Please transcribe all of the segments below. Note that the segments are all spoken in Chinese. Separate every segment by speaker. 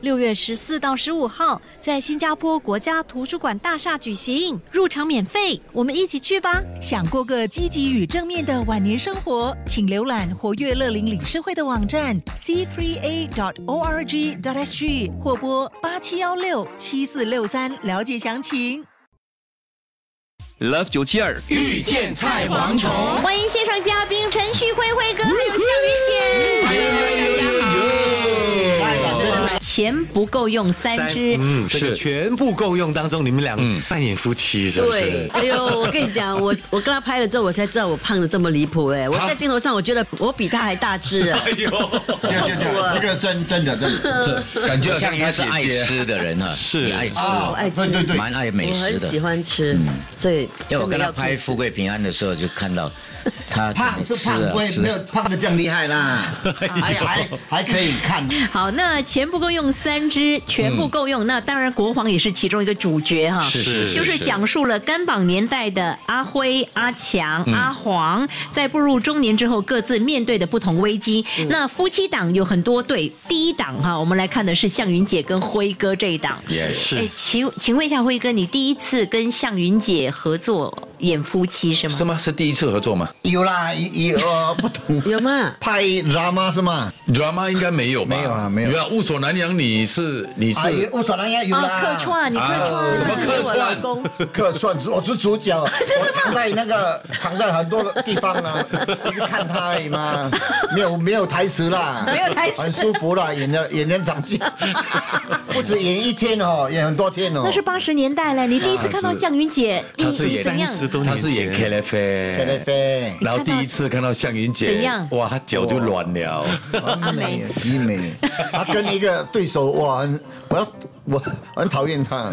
Speaker 1: 六月十四到十五号在新加坡国家图书馆大厦举行，入场免费，我们一起去吧。
Speaker 2: 想过个积极与正面的晚年生活，请浏览活跃乐龄理事会的网站 c3a.org.sg 或拨八七幺六七四六三了解详情。
Speaker 3: Love 九七二
Speaker 4: 遇见菜蝗虫，
Speaker 5: 欢迎现场嘉宾陈旭、辉辉哥，还有夏雨姐。欢迎大家好。钱不够用三只，
Speaker 6: 嗯，这个
Speaker 3: 是
Speaker 6: 全部够用当中，你们俩
Speaker 4: 嗯
Speaker 6: 扮演夫妻是不
Speaker 5: 对
Speaker 6: 是，？
Speaker 5: 哎呦，我跟你讲，我我跟他拍了之后，我才知道我胖的这么离谱哎！我在镜头上，我觉得我比他还大只啊！
Speaker 7: 对对对，这个真真的真的，
Speaker 4: 这感觉好
Speaker 3: 像
Speaker 4: 像
Speaker 3: 应该
Speaker 4: 他
Speaker 3: 是
Speaker 4: 是
Speaker 3: 爱
Speaker 4: 爱
Speaker 3: 吃
Speaker 4: 吃啊
Speaker 3: 的人 哈，
Speaker 6: 是
Speaker 3: 你爱吃，
Speaker 5: 哦爱
Speaker 7: 对对
Speaker 5: 吃，
Speaker 7: 对，
Speaker 3: 蛮爱
Speaker 5: 我
Speaker 3: 美食
Speaker 5: 很喜
Speaker 3: 的。嗯
Speaker 5: 欢吃，所以
Speaker 3: 因为我跟他
Speaker 5: 真的
Speaker 3: 拍《富贵平安》的时候，就看到他怎
Speaker 7: 胖
Speaker 3: 么
Speaker 7: 是
Speaker 3: 吃
Speaker 7: 胖，不
Speaker 3: 啊，
Speaker 7: 会没有
Speaker 3: 是
Speaker 7: 胖的这样厉害啦，还还还可以看，
Speaker 5: 好，那钱不够用三支，全部够用。那当然，国皇也是其中一个主角哈，
Speaker 6: 是是是
Speaker 5: 就是讲述了甘榜年代的阿辉、阿强、
Speaker 6: 嗯
Speaker 5: 阿黄，在步入中年之后各自面对的不同危机。
Speaker 6: 嗯
Speaker 5: 那夫妻档有很多对，第一档哈，我们来看的是向云姐跟辉哥这一档。
Speaker 3: Yes
Speaker 5: 哎
Speaker 6: 是
Speaker 5: 请请问一下辉哥，你第一次跟向云姐合作演夫妻是吗？
Speaker 4: 是吗？是第一次合作吗
Speaker 7: 有啦，有呃不同
Speaker 5: 有吗？
Speaker 7: 拍 drama 是吗？
Speaker 4: ？drama 应该没有吧？
Speaker 7: 没有啊没有
Speaker 4: 啊，无所南洋，你是你
Speaker 7: 啊，
Speaker 4: 是
Speaker 7: 有乌索兰也有
Speaker 5: 哦，
Speaker 7: 啦，
Speaker 5: 客串，你客
Speaker 4: 啊
Speaker 5: 串，
Speaker 4: 什么客
Speaker 5: 我老
Speaker 4: 串
Speaker 5: 公。
Speaker 7: 客串，我是主角， 我躺在那个躺在很多地方 啊，一直看他而已嘛，没有没有台词啦，
Speaker 5: 没有台词
Speaker 7: 很舒服啦，演的演两 场戏，不止演一天哦，演很多天哦
Speaker 5: 那。是八十年代了，你第一次看到向云姐，
Speaker 6: 他
Speaker 5: 你
Speaker 6: 啊是
Speaker 5: 怎
Speaker 6: 演三
Speaker 5: 样？
Speaker 6: 十多
Speaker 4: 他
Speaker 6: 年前，
Speaker 4: 是演 K F
Speaker 7: 菲菲
Speaker 4: A，
Speaker 7: 菲，
Speaker 4: 然后第一次看到向云姐，
Speaker 5: 怎样
Speaker 4: 哇，她脚就软了。啊
Speaker 7: 很美，极美。他跟一个对手，哇，很我要我很讨厌他。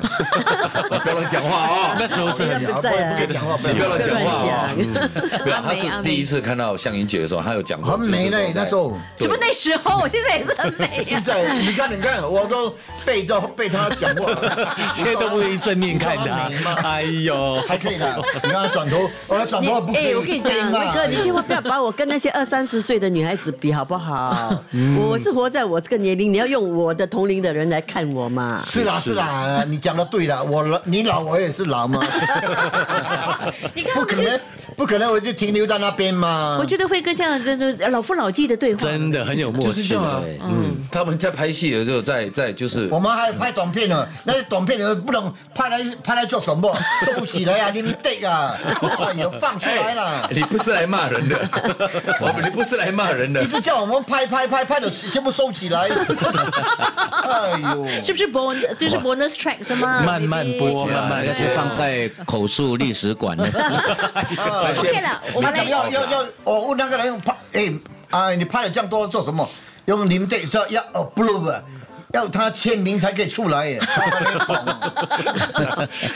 Speaker 4: 不要乱讲话哦。
Speaker 6: 那时候是
Speaker 5: 现在不在
Speaker 7: 不
Speaker 5: 了
Speaker 7: 可以讲话，
Speaker 4: 你 不要乱
Speaker 5: 乱
Speaker 4: 讲话啊、
Speaker 5: 讲。
Speaker 4: 对啊，他
Speaker 5: 阿梅
Speaker 4: 是
Speaker 5: 阿
Speaker 4: 第一
Speaker 5: 梅，
Speaker 4: 次看到向云姐的时候，他有讲过，
Speaker 7: 很美嘞，那时候。
Speaker 5: 什么那时候，我现在也是很美啊
Speaker 7: 现
Speaker 5: 呀。
Speaker 7: 在你看，你看，我都背到被他讲 过了，
Speaker 6: 现在都不愿意正面看
Speaker 5: 啊
Speaker 6: 他
Speaker 7: 你说他美。吗
Speaker 6: 哎呦，
Speaker 7: 还可以的，你看他转头，我要转
Speaker 5: 你
Speaker 7: 头不可以。
Speaker 5: 哎，我跟你讲，
Speaker 7: 被
Speaker 5: 威
Speaker 7: 骂哎
Speaker 5: 哥，你千万不要把我跟那些二三十岁的女孩子比，好不好？我是活在我这个年龄，你要用我的同龄的人来看我嘛。
Speaker 7: 是啦是啦，你讲的对啦，我老你老我也是老 嘛，
Speaker 5: 你看，
Speaker 7: 不
Speaker 5: 我
Speaker 7: 可
Speaker 5: 们就
Speaker 7: 能不可能我就停留在那边嘛。
Speaker 5: 我觉得辉哥这样跟着老夫老妻的对话，
Speaker 6: 嗯真的很有
Speaker 4: 就
Speaker 6: 默
Speaker 4: 是
Speaker 6: 契
Speaker 4: 这样啊
Speaker 6: 的。。
Speaker 4: 嗯，他们在拍戏的时候，在在就是
Speaker 7: 我们还拍短片呢，那些短片不能拍来拍来做什 么？收起来啊，你们对啊，哎呦，放出来 啦！
Speaker 4: 你不是来骂 人的，我们你不是来骂人的
Speaker 7: 一，直叫我们拍拍拍拍的，全部 收起来。哎呦，
Speaker 5: 是不是 bon 就是 bonus track 是吗？
Speaker 6: 慢慢播
Speaker 3: 啊
Speaker 6: 慢慢
Speaker 3: 那个是
Speaker 6: 对啊
Speaker 3: 放在口述历史馆的。
Speaker 7: 啊
Speaker 5: OK 了，我
Speaker 7: 他
Speaker 5: 们
Speaker 7: 讲
Speaker 5: 来。
Speaker 7: 要要要，我问那个人拍，哎啊，你拍了这样多做什么？用你们对说要哦 approve，要他签名才可以出来 耶，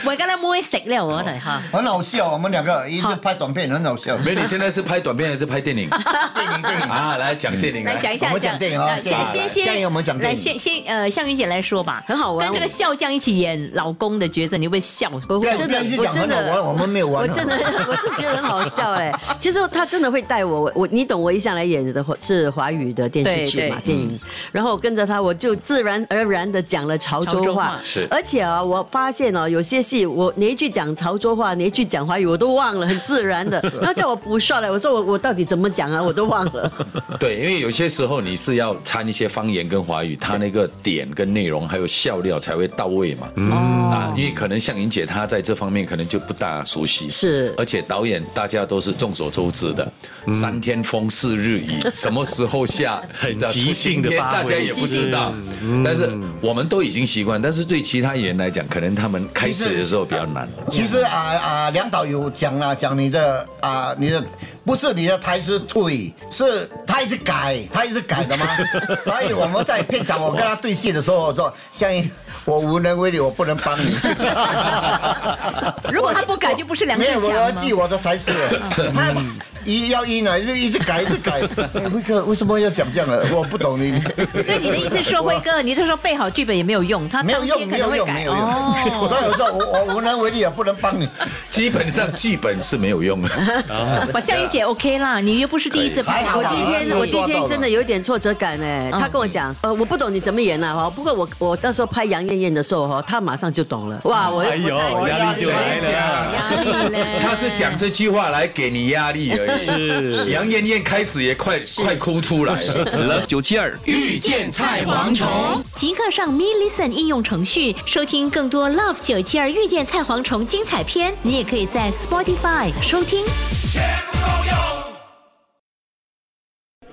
Speaker 5: 我跟他摸食了，我哋哈。
Speaker 7: 很好笑。我们两个一直拍短片，很好笑。
Speaker 4: 没，你现在是拍短片还是拍 电影
Speaker 7: 对你对你，
Speaker 4: 啊？来讲电影
Speaker 5: 来讲一下，
Speaker 7: 我们讲电影啊
Speaker 5: 来先先
Speaker 7: 下一
Speaker 5: 先，
Speaker 7: 个我们讲电
Speaker 5: 来
Speaker 7: 影
Speaker 5: 先先呃，向云姐来说吧，
Speaker 8: 很好玩
Speaker 5: 跟这个笑匠一起演老公的角色，你会不会笑？不
Speaker 7: 这样
Speaker 8: 真的
Speaker 7: 这样一直
Speaker 8: 我
Speaker 7: 讲
Speaker 8: 真
Speaker 7: 很好
Speaker 8: 的
Speaker 7: 玩，我们没有玩啊。
Speaker 8: 我真的， 我是觉得很好笑哎。其实他真的会带我，我我你懂，我一向来演的是华语的电视剧嘛，电影。然后我跟着他，我就自然而然的讲了潮
Speaker 5: 潮州
Speaker 8: 州
Speaker 5: 话
Speaker 8: 话。
Speaker 4: 是
Speaker 8: 而且啊，我发现哦，有些戏我哪一句讲潮州话，哪一句讲华语，我都忘了，很自然的。然后叫我补上来，我说我我到底怎么讲啊，我都忘了。
Speaker 4: 对，因为有些时候你是要掺一些方言跟华语，它那个点跟内容还有笑料才会到位嘛。
Speaker 6: 嗯
Speaker 4: 啊，因为可能像云姐她在这方面可能就不大熟悉，
Speaker 8: 是
Speaker 4: 而且导演大家都是众所周知的，
Speaker 6: 嗯
Speaker 4: 三天风四日雨，什么时候下，
Speaker 6: 很
Speaker 4: 你知道
Speaker 6: 即兴
Speaker 4: 出晴
Speaker 6: 地
Speaker 4: 天
Speaker 6: 发挥嗯
Speaker 4: 大家也不知道。但是我们都已经习惯，但是对其他演员来讲，可能他们开始的时候比较难。
Speaker 6: 嗯
Speaker 7: 其实啊啊，梁导有讲了，讲你的啊，你的不是你的台词对，是他一直改，他一直改 的吗？所以我们在片场，我跟他对戏的时候，我说香音，我无能为力，我不能帮你。
Speaker 5: 如果他不改，就不是梁
Speaker 7: 没
Speaker 5: 志
Speaker 7: 有，我要
Speaker 5: 强吗？嗯
Speaker 7: 记我的台词，他一要一呢，就一直改，一直改。哎辉哥 为什么要讲这样的？我不懂你。
Speaker 5: 所以你的意思是说，辉哥，你就说背好剧本也没有用，他
Speaker 7: 没有
Speaker 5: 当
Speaker 7: 用，
Speaker 5: 天可
Speaker 7: 没
Speaker 5: 能
Speaker 7: 有
Speaker 5: 会
Speaker 7: 用，
Speaker 5: 改哦
Speaker 7: 没有用。所以我说我我无能为力，也不能帮你。
Speaker 4: 基本上剧本是没有用的。
Speaker 5: 哇，夏雨姐 OK 啦，你又不是第一次
Speaker 7: 还
Speaker 5: 拍
Speaker 7: 好
Speaker 8: 我
Speaker 7: 啦
Speaker 8: 第一天，我第一天真的有一点挫折感哎。他跟我讲，呃，我不懂你怎么演啊哈。不过我我那时候拍杨艳艳的时候哈，他马上就懂了。哇，我
Speaker 6: 哎呦，
Speaker 8: 我才
Speaker 6: 压力就来了。啊
Speaker 5: 压力嘞。
Speaker 4: 他是讲这句话来给你压力而 已。
Speaker 6: 是
Speaker 4: 杨艳艳开始也快快哭出来了。Love 九七二遇见菜蝗虫。
Speaker 5: 即刻上 Me Listen 应用程序收听更多 Love 九七二遇见菜蝗虫精彩片。你也可以在 Spotify 收听。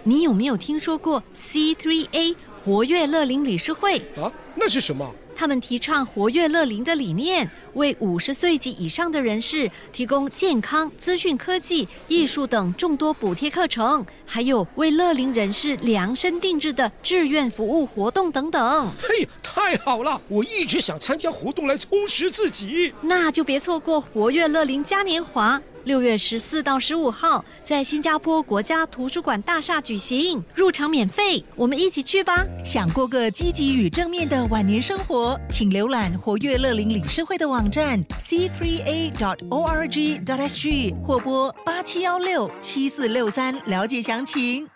Speaker 1: 你有没有听说过 C3A 活跃乐龄理事会？
Speaker 9: 啊，那是什么？
Speaker 1: 他们提倡活跃乐龄的理念，为五十岁及以上的人士提供健康、资讯科技、艺术等众多补贴课程，还有为乐龄人士量身定制的志愿服务活动等等。
Speaker 9: 嘿，太好了！我一直想参加活动来充实自己。
Speaker 1: 那就别错过活跃乐龄嘉年华，六月十四到十五号在新加坡国家图书馆大厦举行，入场免费，我们一起去吧。
Speaker 2: 想过个积极与正面的晚年生活，请浏览活跃乐龄理事会的网站 c 3 a dot o r g dot s g 或拨八七幺六七四六三了解详情。